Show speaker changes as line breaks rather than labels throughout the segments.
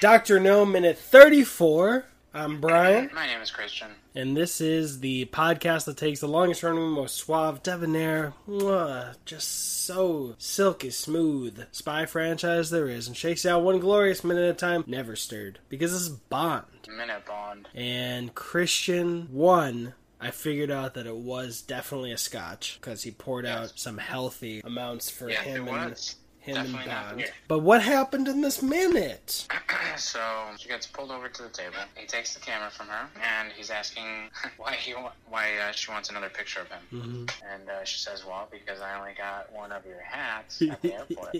Dr. No Minute 34. I'm Brian,
My name is Christian.
and this is the podcast that takes the longest running, most suave, debonair, mwah, just so silky smooth spy franchise there is and shakes out one glorious minute at a time, never stirred. Because this is Bond.
Minute Bond.
And Christian 1. I figured out that it was definitely a scotch because he poured
Yes.
out some healthy amounts for
Yeah,
him
it
and
was.
him
Definitely
and
not
Bond.
beer.
But what happened in this minute?
so she gets pulled over to the table. He takes the camera from her, and he's asking why he wa- why uh, she wants another picture of him.
Mm-hmm.
And uh, she says, "Well, because I only got one of your hats at the airport."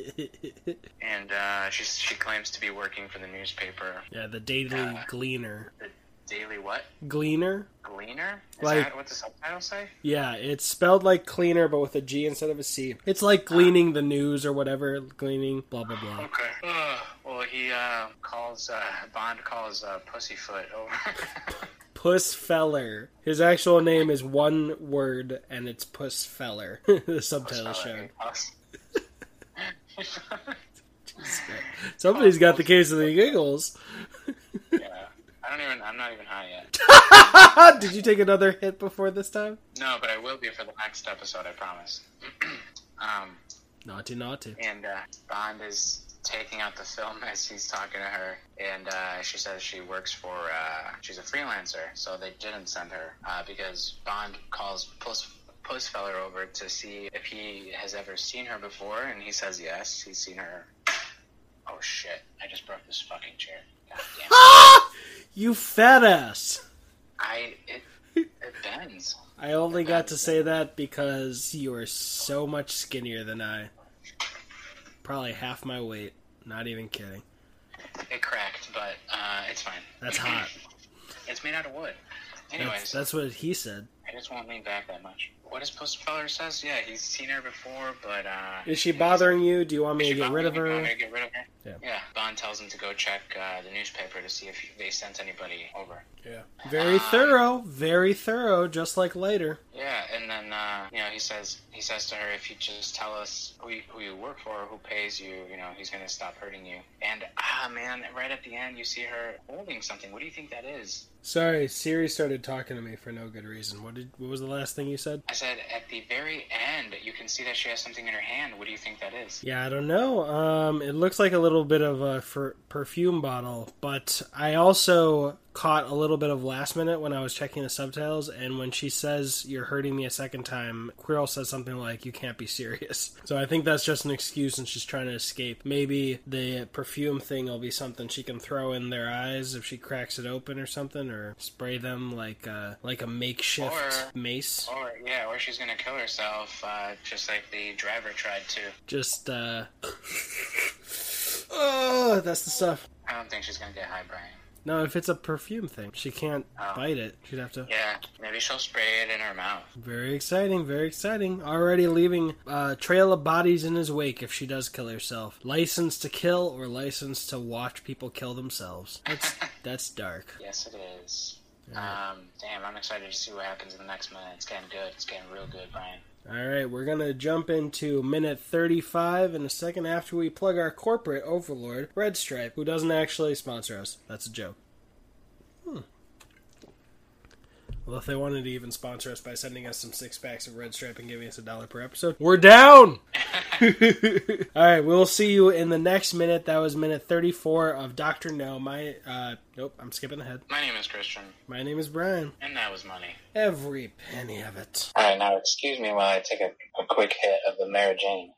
and uh, she she claims to be working for the newspaper,
Yeah, the Daily
Yeah.
Gleaner.
the Daily what
Gleaner?
Gleaner? Is
Like-
that what the subtitle say?
Yeah, it's spelled like cleaner, but with a G instead of a C. It's like gleaning the news or whatever, gleaning, blah, blah, blah.
Okay. Uh, well, he uh, calls uh, Bond calls uh, Pussyfoot over.
Puss Feller. His actual name is one word, and it's Puss Feller. the subtitle showed. Somebody's got the case of the giggles.
yeah. I don't even. I'm not even high yet.
Did you take another hit before this time?
No, but I will be for the next episode. I promise. um,
Naughty, naughty.
and uh, Bond is taking out the film as he's talking to her, and uh, she says she works for. Uh, she's a freelancer, so they didn't send her uh, because Bond calls Puss. Pussfeller over to see if he has ever seen her before, and he says yes, he's seen her. Oh shit! I just broke this fucking chair. God damn it.
Ah! You fat ass!
I it, it bends.
I only got to say that because you are so much skinnier than I. Probably half my weight. Not even kidding.
It cracked, but uh, it's fine.
That's hot.
It's made out of wood. Anyways,
That's, that's what he said.
I just won't lean back that much. What does Postfeller says? Yeah, he's seen her before, but uh,
Is she bothering you? Do you want me
She
to get
bothered
rid of
me. You want
her?
me to get rid of her.
Yeah.
Bond tells him to go check uh, the newspaper to see if they sent anybody over.
Yeah. Very thorough. Very thorough. Just like later.
Yeah, and then uh, you know he says he says to her, if you just tell us who you, who you work for, who pays you, you know he's gonna stop hurting you. And ah man, right at the end you see her holding something. What do you think that is?
Sorry, Siri started talking to me for no good reason. What did? What was the last thing you said?
I said at the very end you can see that she has something in her hand. What do you think that is?
Yeah, I don't know. Um, it looks like a little bit of a fer- perfume bottle, but I also caught a little bit of last minute when I was checking the subtitles, and when she says "You're hurting me" a second time, Quirrell says something like "You can't be serious." So I think that's just an excuse, and she's trying to escape. Maybe the perfume thing will be something she can throw in their eyes if she cracks it open or something, or spray them like a, like a makeshift
Or-
mace.
Or yeah, or she's gonna kill herself, uh, just like the driver tried to.
Just uh, oh, that's the stuff.
I don't think she's gonna get high, Brian.
No, if it's a perfume thing, she can't bite it. She'd have to.
Yeah, maybe she'll spray it in her mouth.
Very exciting, very exciting. Already leaving uh, trail of bodies in his wake if she does kill herself. License to kill or license to watch people kill themselves. That's that's dark.
Yes, it is. Um, damn, I'm excited to see what happens in the next minute. It's getting good. It's getting real good, Brian.
All right, we're gonna jump into minute thirty-five in a second after we plug our corporate overlord, Red Stripe, who doesn't actually sponsor us. That's a joke. Hmm. Well, if they wanted to even sponsor us by sending us some six packs of Red Stripe and giving us a dollar per episode, we're down! All right, we'll see you in the next minute. That was minute 34 of Dr. No. My, uh, nope, I'm skipping ahead.
My name is Christian,
My name is Brian.
and that was money.
Every penny of it.
All right, now excuse me while I take a, a quick hit of the Mary Jane.